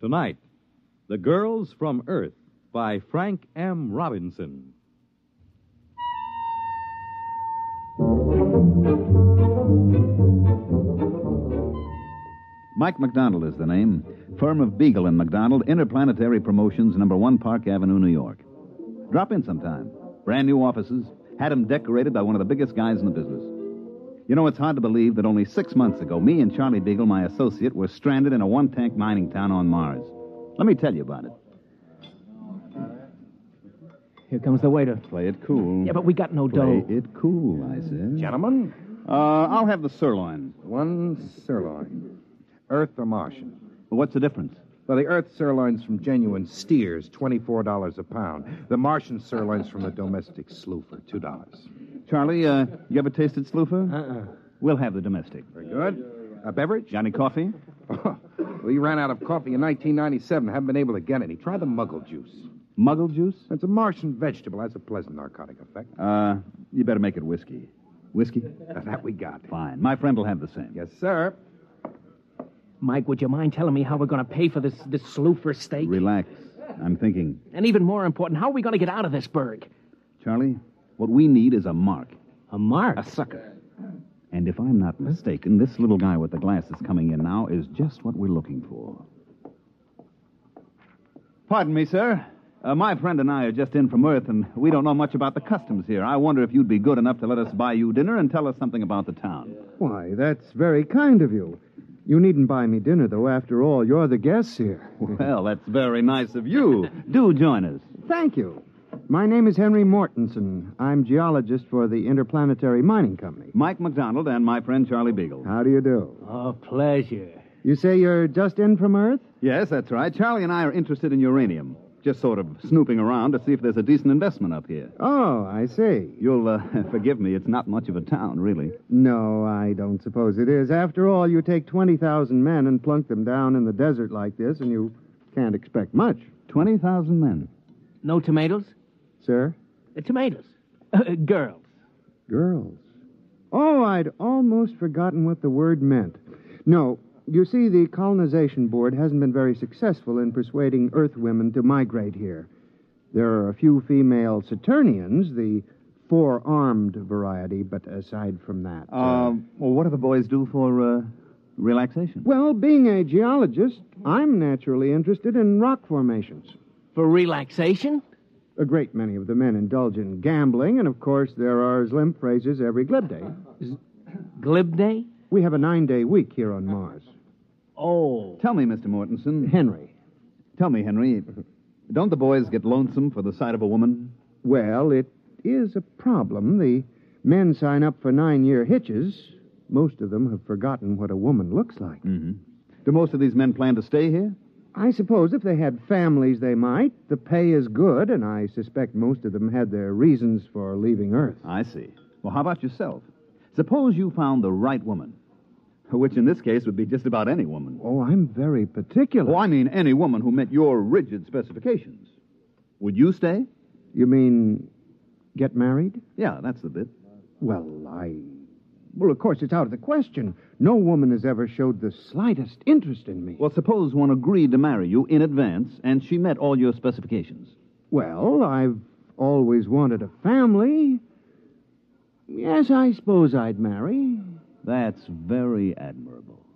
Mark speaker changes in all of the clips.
Speaker 1: Tonight, The Girls from Earth by Frank M. Robinson.
Speaker 2: Mike McDonald is the name. Firm of Beagle and McDonald, Interplanetary Promotions, number one Park Avenue, New York. Drop in sometime. Brand new offices. Had 'em decorated by one of the biggest guys in the business. You know, it's hard to believe that only six months ago, me and Charlie Beagle, my associate, were stranded in a one tank mining town on Mars. Let me tell you about it.
Speaker 3: Here comes the waiter.
Speaker 2: Play it cool.
Speaker 3: Yeah, but we got no
Speaker 2: Play
Speaker 3: dough.
Speaker 2: it cool, I said.
Speaker 4: Gentlemen,
Speaker 2: Uh, I'll have the sirloin.
Speaker 4: one sirloin. Earth or Martian?
Speaker 2: What's the difference?
Speaker 4: Well, the Earth sirloin's from genuine steers, $24 a pound. The Martian sirloin's from the domestic slough for $2.
Speaker 2: Charlie, uh, you ever tasted sloofer? Uh-uh. We'll have the domestic.
Speaker 4: Very good. A beverage?
Speaker 2: Got any coffee?
Speaker 4: we ran out of coffee in 1997. Haven't been able to get any. Try the muggle juice.
Speaker 2: Muggle juice?
Speaker 4: It's a Martian vegetable. Has a pleasant narcotic effect.
Speaker 2: Uh, you better make it whiskey. Whiskey?
Speaker 4: that we got.
Speaker 2: Fine. My friend will have the same.
Speaker 4: Yes, sir.
Speaker 3: Mike, would you mind telling me how we're going to pay for this this sloofer steak?
Speaker 2: Relax. I'm thinking.
Speaker 3: And even more important, how are we going to get out of this burg?
Speaker 2: Charlie, what we need is a mark.
Speaker 3: A mark. A
Speaker 2: Sucker. And if I'm not mistaken, this little guy with the glass that's coming in now is just what we're looking for. Pardon me, sir. Uh, my friend and I are just in from Earth, and we don't know much about the customs here. I wonder if you'd be good enough to let us buy you dinner and tell us something about the town.
Speaker 5: Why, that's very kind of you. You needn't buy me dinner, though. After all, you're the guests here.
Speaker 2: Well, that's very nice of you. Do join us.
Speaker 5: Thank you. My name is Henry Mortensen. I'm geologist for the Interplanetary Mining Company.
Speaker 2: Mike McDonald and my friend Charlie Beagle.
Speaker 5: How do you do?
Speaker 3: pleasure.
Speaker 5: You say you're just in from Earth?
Speaker 2: Yes, that's right. Charlie and I are interested in uranium. Just sort of snooping around to see if there's a decent investment up here.
Speaker 5: Oh, I see.
Speaker 2: You'll uh, forgive me, it's not much of a town, really.
Speaker 5: No, I don't suppose it is. After all, you take 20,000 men and plunk them down in the desert like this, and you can't expect much,
Speaker 2: 20,000 men.
Speaker 3: No tomatoes?
Speaker 5: sir.
Speaker 3: Uh, tomatoes. Uh, girls.
Speaker 5: Girls. Oh, I'd almost forgotten what the word meant. No, you see, the colonization board hasn't been very successful in persuading Earth women to migrate here. There are a few female Saturnians, the four armed variety, but aside from that. uh,
Speaker 2: well, what do the boys do for uh, relaxation?
Speaker 5: well, being a geologist, I'm naturally interested in rock formations.
Speaker 3: For relaxation?
Speaker 5: A great many of the men indulge in gambling, and of course, there are slim phrases every glib day.
Speaker 3: Glib day?
Speaker 5: We have a nine day week here on Mars.
Speaker 3: Oh.
Speaker 2: Tell me, Mr. Mortensen.
Speaker 5: Henry.
Speaker 2: Tell me, Henry. Don't the boys get lonesome for the sight of a woman?
Speaker 5: Well, it is a problem. The men sign up for nine year hitches. Most of them have forgotten what a woman looks like.
Speaker 2: Do most of these men plan to stay here?
Speaker 5: I suppose if they had families, they might. The pay is good, and I suspect most of them had their reasons for leaving Earth.
Speaker 2: I see. Well, how about yourself? Suppose you found the right woman, which in this case would be just about any woman.
Speaker 5: Oh, I'm very particular.
Speaker 2: Oh, I mean any woman who met your rigid specifications. Would you stay?
Speaker 5: You mean get married?
Speaker 2: Yeah, that's the bit.
Speaker 5: Well, I. Well, of course, it's out of the question. No woman has ever showed the slightest interest in me.
Speaker 2: Well, suppose one agreed to marry you in advance and she met all your specifications.
Speaker 5: Well, I've always wanted a family. Yes, I suppose I'd marry.
Speaker 2: That's very admirable.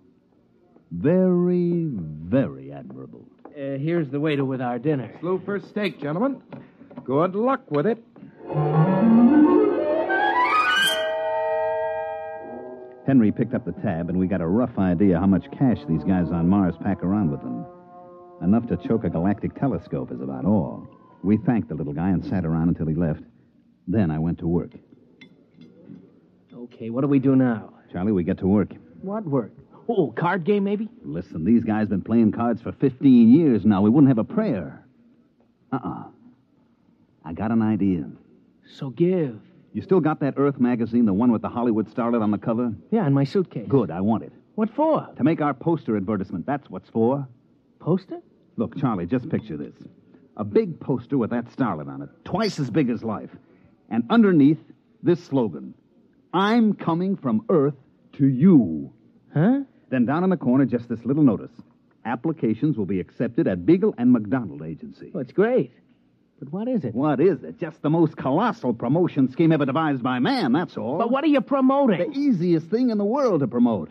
Speaker 2: Very, very admirable.
Speaker 3: Uh, here's the waiter with our dinner.
Speaker 4: Slew for steak, gentlemen. Good luck with it.
Speaker 2: Henry picked up the tab, and we got a rough idea how much cash these guys on Mars pack around with them. Enough to choke a galactic telescope is about all. We thanked the little guy and sat around until he left. Then I went to work.
Speaker 3: Okay, what do we do now?
Speaker 2: Charlie, we get to work.
Speaker 3: What work? Oh, card game, maybe?
Speaker 2: Listen, these guys been playing cards for 15 years now. We wouldn't have a prayer. Uh-uh. I got an idea.
Speaker 3: So give.
Speaker 2: You still got that Earth magazine, the one with the Hollywood starlet on the cover?
Speaker 3: Yeah, in my suitcase.
Speaker 2: Good, I want it.
Speaker 3: What for?
Speaker 2: To make our poster advertisement, that's what's for.
Speaker 3: Poster?
Speaker 2: Look, Charlie, just picture this. A big poster with that starlet on it, twice as big as life. And underneath, this slogan I'm coming from Earth to you.
Speaker 3: Huh?
Speaker 2: Then down in the corner, just this little notice Applications will be accepted at Beagle and McDonald Agency.
Speaker 3: Well, it's great. But what is it?
Speaker 2: What is it? Just the most colossal promotion scheme ever devised by man, that's all.
Speaker 3: But what are you
Speaker 2: The
Speaker 3: promoting?
Speaker 2: easiest thing in the world to promote.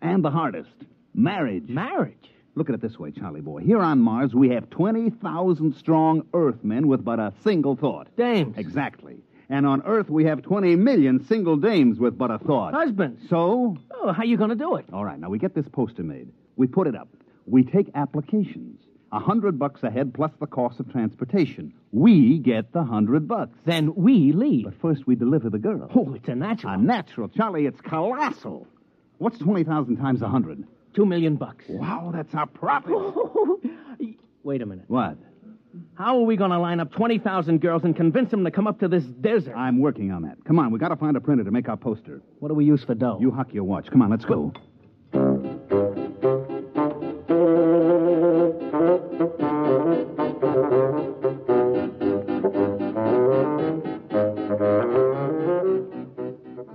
Speaker 2: And the hardest marriage.
Speaker 3: e- Marriage.
Speaker 2: Look at it this way, Charlie boy. Here on Mars, we have 20,000 strong Earthmen with but a single thought.
Speaker 3: Dames.
Speaker 2: Exactly. And on Earth, we have 20 million single dames with but a thought.
Speaker 3: Husbands.
Speaker 2: So?
Speaker 3: Oh, how you going to do it?
Speaker 2: All right, now we get this poster made. We put it up. We take applications. A hundred bucks a head plus the cost of transportation. We get the hundred bucks.
Speaker 3: Then we leave.
Speaker 2: But first, we deliver the girl.
Speaker 3: Oh, it's a natural.
Speaker 2: A natural, Charlie. It's colossal. What's 20,000 times a 100?
Speaker 3: Two million bucks.
Speaker 2: Wow, that's our profit.
Speaker 3: Wait a minute.
Speaker 2: what?
Speaker 3: How are we going to line up 20,000 girls and convince them to come up to this desert?
Speaker 2: I'm working on that. Come on, we got to find a printer to make our poster.
Speaker 3: What do we use for dough?
Speaker 2: You huck your watch. Come on, let's go.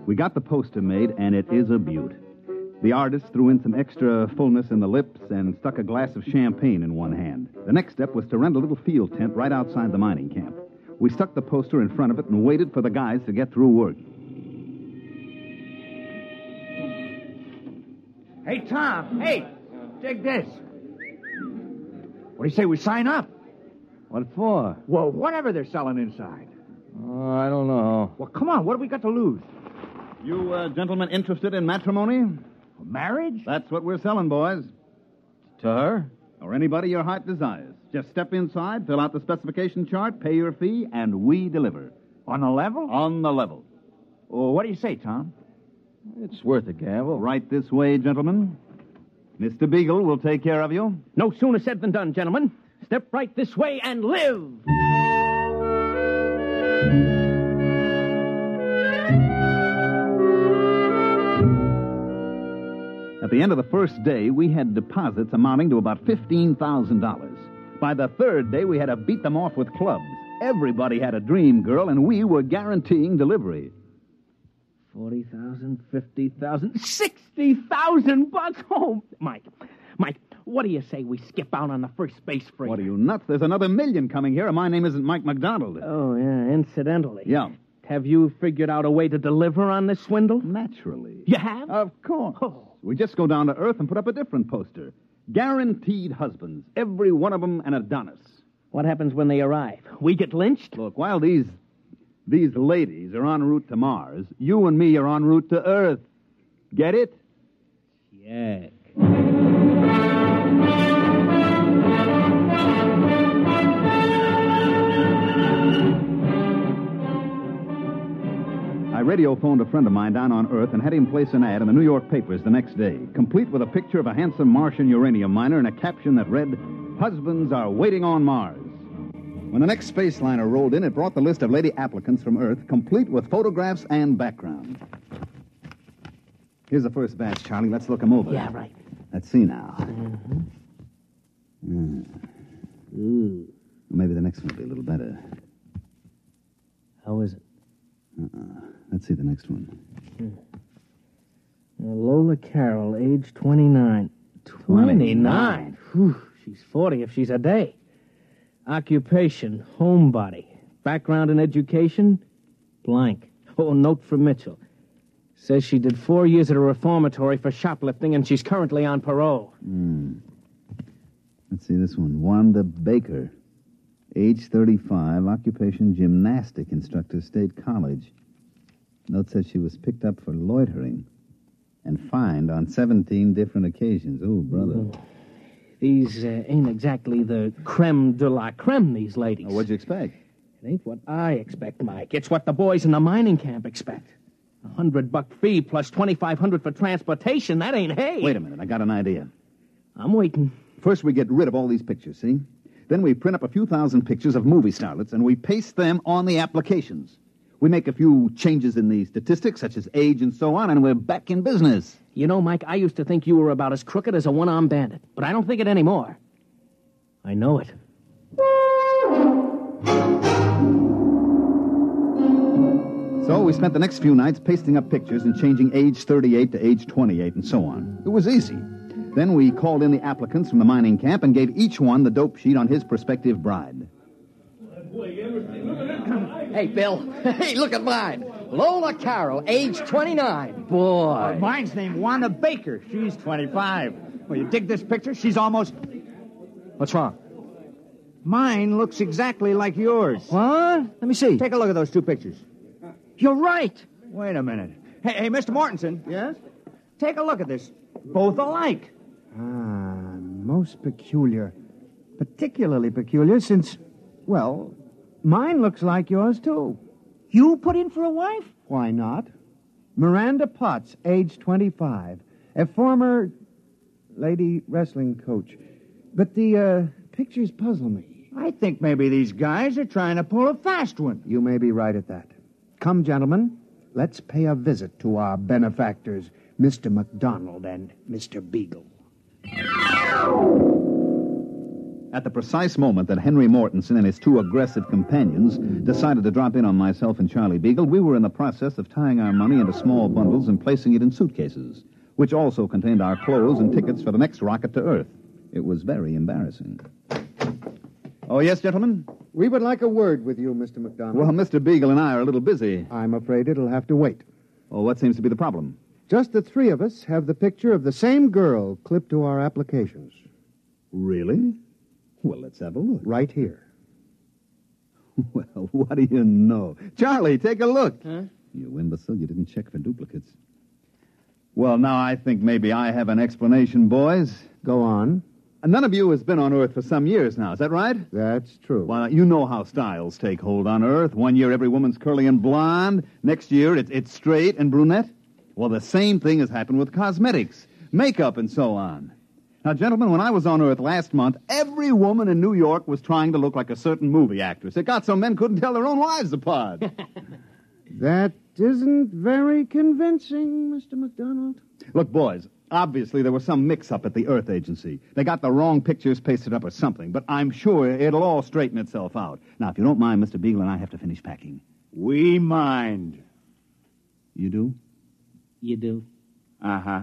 Speaker 2: We got the poster made, and it is a beaut. The artist threw in some extra fullness in the lips and stuck a glass of champagne in one hand. The next step was to rent a little field tent right outside the mining camp. We stuck the poster in front of it and waited for the guys to get through work.
Speaker 4: Hey, Tom. Hey, take this. What do you say we sign up?
Speaker 2: What for?
Speaker 4: Well, whatever they're selling inside.
Speaker 2: Oh, I don't know.
Speaker 4: Well, come on. What do we got to lose?
Speaker 2: You uh, gentlemen interested in matrimony?
Speaker 4: Marriage?
Speaker 2: That's what we're selling, boys.
Speaker 6: To her?
Speaker 2: Or anybody your heart desires. Just step inside, fill out the specification chart, pay your fee, and we deliver.
Speaker 4: On the level?
Speaker 2: On the level.
Speaker 4: Well, what do you say, Tom?
Speaker 6: It's worth a gamble.
Speaker 2: Right this way, gentlemen. Mr. Beagle will take care of you.
Speaker 3: No sooner said than done, gentlemen. Step right this way and live.
Speaker 2: At the end of the first day, we had deposits amounting to about $15,000. By the third day, we had to beat them off with clubs. Everybody had a dream girl, and we were guaranteeing delivery.
Speaker 3: 40,000, 50,000, 60,000 bucks. Oh, Mike, Mike, what do you say we skip out on the first space freight?
Speaker 2: What are you nuts? There's another million coming here, and my name isn't Mike McDonald.
Speaker 3: Oh, yeah, incidentally.
Speaker 2: yeah,
Speaker 3: Have you figured out a way to deliver on this swindle?
Speaker 2: naturally.
Speaker 3: You have?
Speaker 2: Of course.
Speaker 3: Oh.
Speaker 2: We just go down to Earth and put up a different poster. Guaranteed husbands, every one of them an Adonis.
Speaker 3: What happens when they arrive? We get lynched?
Speaker 2: Look, while these these ladies are en route to Mars, you and me are en route to Earth. Get it?
Speaker 3: Yeah.
Speaker 2: I radiophoned a friend of mine down on Earth and had him place an ad in the New York papers the next day, complete with a picture of a handsome Martian uranium miner and a caption that read, Husbands are waiting on Mars. When the next spaceliner rolled in, it brought the list of lady applicants from Earth, complete with photographs and background. Here's the first batch, Charlie. Let's look 'em over.
Speaker 3: Yeah, right.
Speaker 2: Let's see now. Hmm. Mm. Maybe the next one will be a little better.
Speaker 3: How is it?
Speaker 2: Let's see the next one.
Speaker 3: Uh, Lola Carroll, age 29.
Speaker 2: 29?
Speaker 3: Whew, she's 40 if she's a day. Occupation, homebody. Background in education, blank. Oh, note from Mitchell. Says she did four years at a reformatory for shoplifting and she's currently on parole.
Speaker 2: Let's see this one. Wanda Baker, age 35, occupation gymnastic instructor, State College. Note says she was picked up for loitering and fined on 17 different occasions. Oh, brother.
Speaker 3: These uh, ain't exactly the creme de la creme, these ladies.
Speaker 2: Now, what'd you expect?
Speaker 3: It ain't what I expect, Mike. It's what the boys in the mining camp expect. A hundred buck fee plus twenty five hundred for transportation. That ain't hay.
Speaker 2: Wait a minute. I got an idea.
Speaker 3: I'm waiting.
Speaker 2: First, we get rid of all these pictures, see? Then we print up a few thousand pictures of movie starlets and we paste them on the applications. We make a few changes in the statistics, such as age and so on, and we're back in business.
Speaker 3: You know, Mike, I used to think you were about as crooked as a one armed bandit, but I don't think it anymore. I know it.
Speaker 2: So we spent the next few nights pasting up pictures and changing age 38 to age 28 and so on. It was easy. Then we called in the applicants from the mining camp and gave each one the dope sheet on his prospective bride.
Speaker 7: Hey, Bill. Hey, look at mine. Lola Carroll, age 29. Boy.
Speaker 8: Mine's named Wanda Baker. She's 25. Well, you dig this picture? She's almost.
Speaker 7: What's wrong?
Speaker 8: Mine looks exactly like yours.
Speaker 3: Uh,
Speaker 7: What? Let me see.
Speaker 8: Take a look at those two pictures.
Speaker 7: You're right.
Speaker 8: Wait a minute. Hey, hey, Mr. Mortensen.
Speaker 5: Yes?
Speaker 8: Take a look at this. Both alike.
Speaker 3: Ah, most peculiar. Particularly peculiar since, well, mine looks like yours, too.
Speaker 8: You put in for a wife?
Speaker 5: Why not? Miranda Potts, age 25, a former lady wrestling coach. But the uh, pictures puzzle me.
Speaker 8: I think maybe these guys are trying to pull a fast one.
Speaker 5: You may be right at that. Come, gentlemen, let's pay a visit to our benefactors, Mr. McDonald and Mr. Beagle.
Speaker 2: At the precise moment that Henry Mortensen and his two aggressive companions decided to drop in on myself and Charlie Beagle, we were in the process of tying our money into small bundles and placing it in suitcases, which also contained our clothes and tickets for the next rocket to Earth. It was very embarrassing. Oh, yes, gentlemen?
Speaker 5: We would like a word with you, Mr. McDonald.
Speaker 2: Well, Mr. Beagle and I are a little busy.
Speaker 5: I'm afraid it'll have to wait.
Speaker 2: Oh, what seems to be the problem?
Speaker 5: Just the three of us have the picture of the same girl clipped to our applications,
Speaker 2: Really? Well, let's have a look.
Speaker 5: right here.
Speaker 2: Well, what do you know? Charlie, take a look. You imbecile, you didn't check for duplicates. Well, now I think maybe I have an explanation, boys.
Speaker 5: Go on.
Speaker 2: None of you has been on Earth for some years now, is that right?
Speaker 5: That's true.
Speaker 2: Well, you know how styles take hold on Earth. One year every woman's curly and blonde, next year it's, it's straight and brunette. Well, the same thing has happened with cosmetics, makeup, and so on. Now, gentlemen, when I was on Earth last month, every woman in New York was trying to look like a certain movie actress. It got so men couldn't tell their own wives apart.
Speaker 5: That isn't very convincing, Mr. McDonald.
Speaker 2: Look, boys, obviously there was some mix up at the Earth Agency. They got the wrong pictures pasted up or something, but I'm sure it'll all straighten itself out. Now, if you don't mind, Mr. Beagle and I have to finish packing.
Speaker 8: We mind.
Speaker 2: You do?
Speaker 3: You do.
Speaker 8: Uh huh.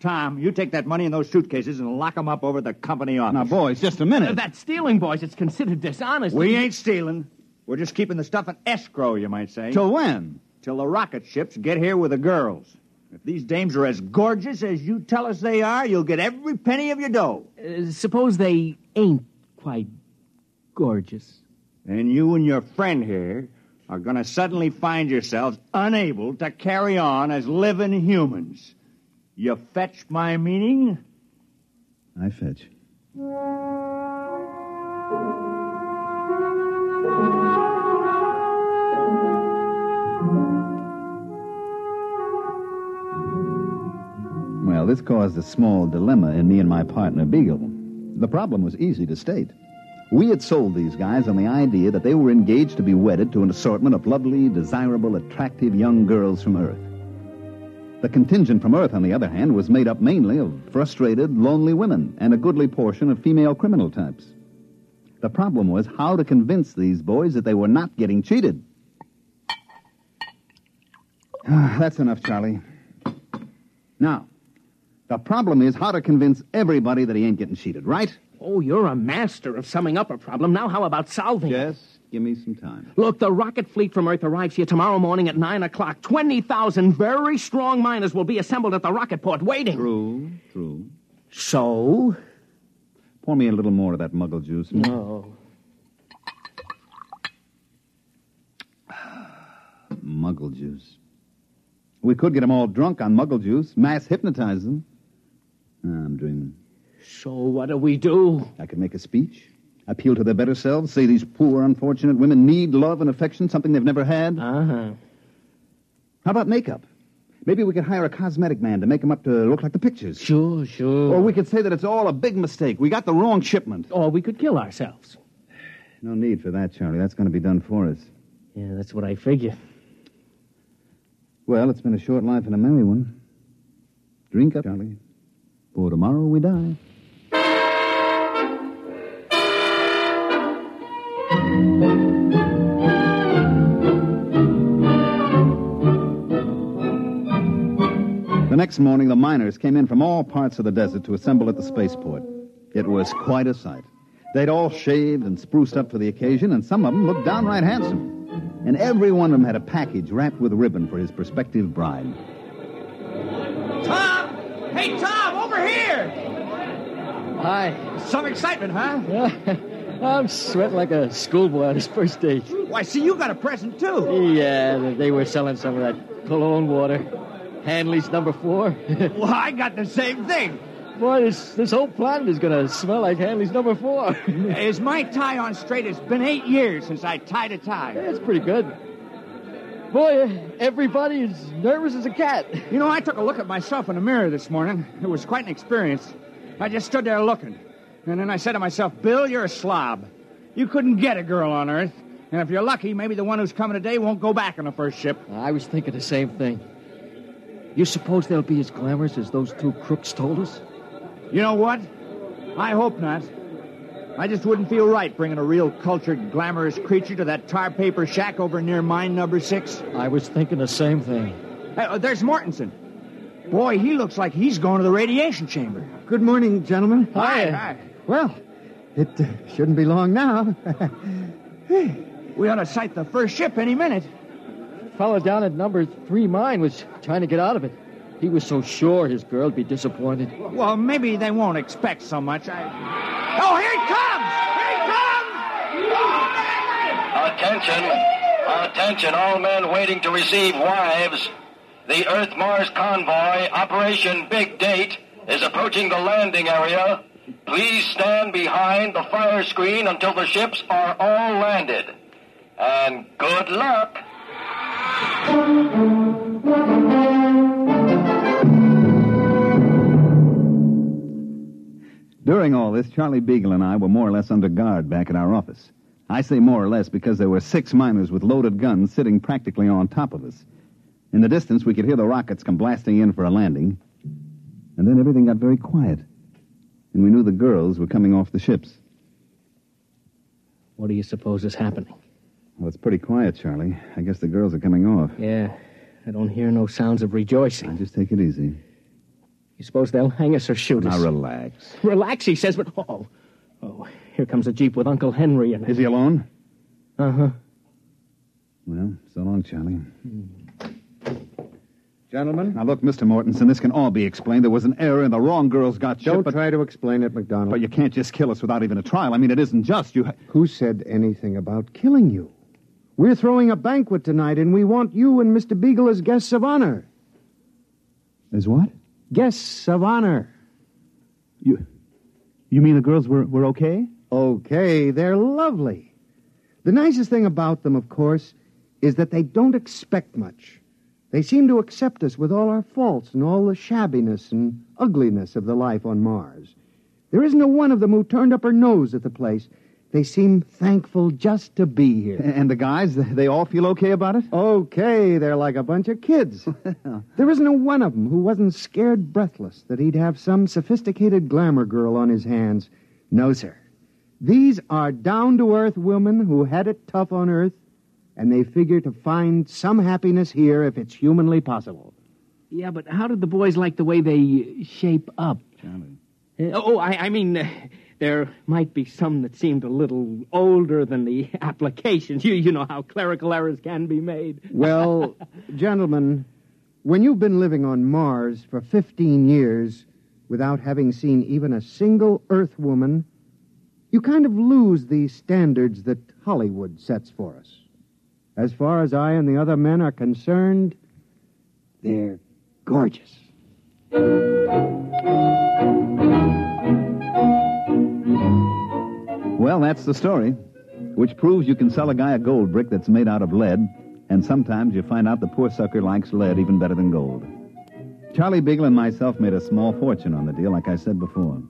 Speaker 8: Tom, you take that money in those suitcases and lock 'em up over the company office.
Speaker 2: Now, boys, just a minute.
Speaker 3: That's Uh, stealing, boys. It's considered dishonest. Uh,
Speaker 8: We ain't stealing. We're just keeping the stuff in escrow, you might say.
Speaker 2: Till when?
Speaker 8: till the rocket ships get here with the girls. If these dames are as gorgeous as you tell us they are, you'll get every penny of your dough.
Speaker 3: Uh, suppose they ain't quite gorgeous.
Speaker 8: And you and your friend here are going to suddenly find yourselves unable to carry on as living humans. You fetch my meaning?
Speaker 2: I fetch. Well, this caused a small dilemma in me and my partner, Beagle. The problem was easy to state. We had sold these guys on the idea that they were engaged to be wedded to an assortment of lovely, desirable, attractive young girls from Earth. The contingent from Earth, on the other hand, was made up mainly of frustrated, lonely women and a goodly portion of female criminal types. The problem was how to convince these boys that they were not getting cheated. Ah, that's enough, Charlie. Now, the problem is how to convince everybody that he ain't getting cheated, right?
Speaker 3: Oh, you're a master of summing up a problem. Now, how about solving
Speaker 2: Yes. Give me some time.
Speaker 3: Look, the rocket fleet from Earth arrives here tomorrow morning at 9 o'clock. 20,000 very strong miners will be assembled at the rocket port waiting.
Speaker 2: True, true.
Speaker 3: So?
Speaker 2: Pour me a little more of that muggle juice.
Speaker 3: No.
Speaker 2: Muggle juice. We could get them all drunk on muggle juice, mass hypnotize them. Ah, I'm dreaming.
Speaker 3: So what do we do?
Speaker 2: I could make a speech, appeal to their better selves, say these poor, unfortunate women need love and affection, something they've never had.
Speaker 3: Uh huh.
Speaker 2: How about makeup? Maybe we could hire a cosmetic man to make them up to look like the pictures.
Speaker 3: Sure, sure.
Speaker 2: Or we could say that it's all a big mistake. We got the wrong shipment.
Speaker 3: Or we could kill ourselves.
Speaker 2: No need for that, Charlie. That's going to be done for us.
Speaker 9: Yeah, that's what I figure.
Speaker 2: Well, it's been a short life and a merry one. Drink up, Charlie. For tomorrow we die. The next morning, the miners came in from all parts of the desert to assemble at the spaceport. It was quite a sight. They'd all shaved and spruced up for the occasion, and some of them looked downright handsome. And every one of them had a package wrapped with ribbon for his prospective bride.
Speaker 10: Tom! Hey, Tom, over here! Hi. Some excitement, huh?
Speaker 6: I'm sweating like a schoolboy on his first date.
Speaker 10: Why, Oh, see, you got a present, too.
Speaker 6: Yeah, they were selling some of that cologne water. Hanley's number four.
Speaker 10: Well, I got the same thing.
Speaker 6: Boy, this, this whole planet is going to smell like Hanley's number four.
Speaker 10: Is my tie on straight? It's been eight years since I tied a tie.
Speaker 6: That's pretty good. Boy, everybody is nervous as a cat.
Speaker 10: You know, I took a look at myself in the mirror this morning. It was quite an experience. I just stood there looking. And then I said to myself, Bill, you're a slob. You couldn't get a girl on Earth. And if you're lucky, maybe the one who's coming today won't go back on the first ship.
Speaker 6: I was thinking the same thing. You suppose they'll be as glamorous as those two crooks told us?
Speaker 10: You know what? I hope not. I just wouldn't feel right bringing a real cultured, glamorous creature to that tar paper shack over near mine number six.
Speaker 6: I was thinking the same thing.
Speaker 10: Hey, oh, there's Mortensen. Boy, he looks like he's going to the radiation chamber.
Speaker 5: Good morning, gentlemen.
Speaker 10: Hi.
Speaker 6: uh,
Speaker 10: Hi.
Speaker 5: Well, it uh, shouldn't be long now.
Speaker 10: We ought to sight the first ship any minute.
Speaker 6: fellow down at number three mine was trying to get out of it. He was so sure his girl'd be disappointed.
Speaker 10: Well, maybe they won't expect so much. I... Oh, here it comes! Here it comes!
Speaker 11: Attention! Attention, all men waiting to receive wives. The Earth Mars convoy, Operation Big Date, is approaching the landing area. Please stand behind the fire screen until the ships are all landed. And good luck!
Speaker 2: During all this, Charlie Beagle and I were more or less under guard back at our office. I say more or less because there were six miners with loaded guns sitting practically on top of us. In the distance, we could hear the rockets come blasting in for a landing. And then everything got very quiet. And we knew the girls were coming off the ships.
Speaker 9: What do you suppose is happening?
Speaker 2: Well, it's pretty quiet, Charlie. I guess the girls are coming off.
Speaker 9: Yeah, I don't hear no sounds of rejoicing.
Speaker 2: Just take it easy.
Speaker 9: You suppose they'll hang us or shoot us?
Speaker 2: Now relax.
Speaker 9: Relax, he says, but oh, oh, here comes a jeep with Uncle Henry in it.
Speaker 2: Is he alone?
Speaker 9: Uh huh.
Speaker 2: Well, so long, Charlie.
Speaker 5: Gentlemen,
Speaker 2: Now look, Mr. Mortensen, this can all be explained. There was an error and the wrong girls got
Speaker 5: don't
Speaker 2: shipped, but,
Speaker 5: try to explain it, McDonald.
Speaker 2: but you can't just kill us without even a trial. I mean, it isn't just. You ha-
Speaker 5: Who said anything about killing you? We're throwing a banquet tonight, and we want you and Mr. Beagle as guests of honor.
Speaker 2: As what?
Speaker 5: Guests of honor.
Speaker 2: You You mean the girls were, were okay?
Speaker 5: Okay, they're lovely. The nicest thing about them, of course, is that they don't expect much. They seem to accept us with all our faults and all the shabbiness and ugliness of the life on Mars. There isn't a one of them who turned up her nose at the place. They seem thankful just to be here.
Speaker 2: And the guys, they all feel okay about it?
Speaker 5: Okay, they're like a bunch of kids. there isn't a one of them who wasn't scared breathless that he'd have some sophisticated glamour girl on his hands. No, sir. These are down to earth women who had it tough on earth and they figure to find some happiness here if it's humanly possible.
Speaker 3: Yeah, but how did the boys like the way they shape up?
Speaker 9: Eh,
Speaker 3: Uh, oh, I, I mean, uh, there might be some that seemed a little older than the applications. You, you know how clerical errors can be made.
Speaker 5: Well, gentlemen, when you've been living on Mars for 15 years without having seen even a single Earth woman, you kind of lose the standards that Hollywood sets for us. As far as I and the other men are concerned, they're gorgeous.
Speaker 12: Well, that's the story, which proves you can sell a guy a gold brick that's made out of lead, and sometimes you find out the poor sucker likes lead even better than gold. Charlie Beagle and myself made a small fortune on the deal, like I said before.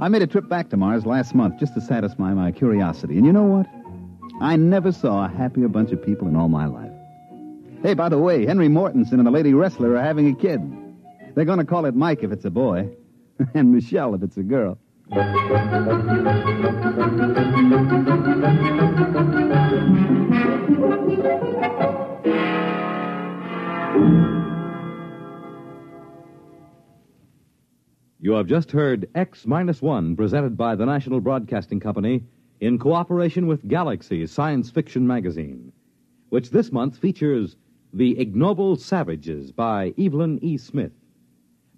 Speaker 12: I made a trip back to Mars last month just to satisfy my curiosity, and you know what? I never saw a happier bunch of people in all my life. Hey, by the way, Henry Mortensen and the lady wrestler are having a kid. They're going to call it Mike if it's a boy, and Michelle if it's a girl.
Speaker 2: You have just heard X Minus One, presented by the National Broadcasting Company in cooperation with Galaxy Science Fiction Magazine, which this month features The Ignoble Savages by Evelyn E. Smith.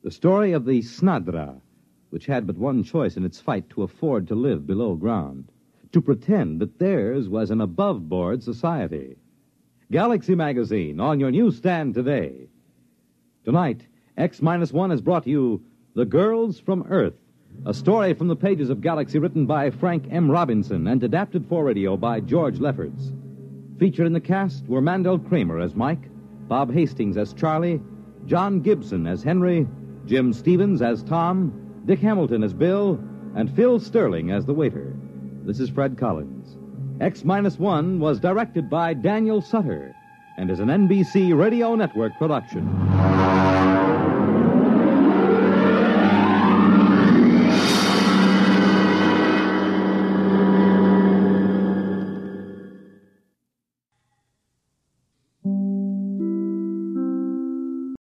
Speaker 2: The story of the Snadra, which had but one choice in its fight to afford to live below ground, to pretend that theirs was an above board society. Galaxy Magazine on your newsstand today. Tonight, X Minus One has brought you The Girls from Earth, a story from the pages of Galaxy written by Frank M. Robinson and adapted for radio by George Lefferts. Featured in the cast were Mandel Kramer as Mike, Bob Hastings as Charlie, John Gibson as Henry, Jim Stevens as Tom, Dick Hamilton as Bill, and Phil Sterling as the waiter. This is Fred Collins. X Minus One was directed by Daniel Sutter and is an NBC Radio Network production.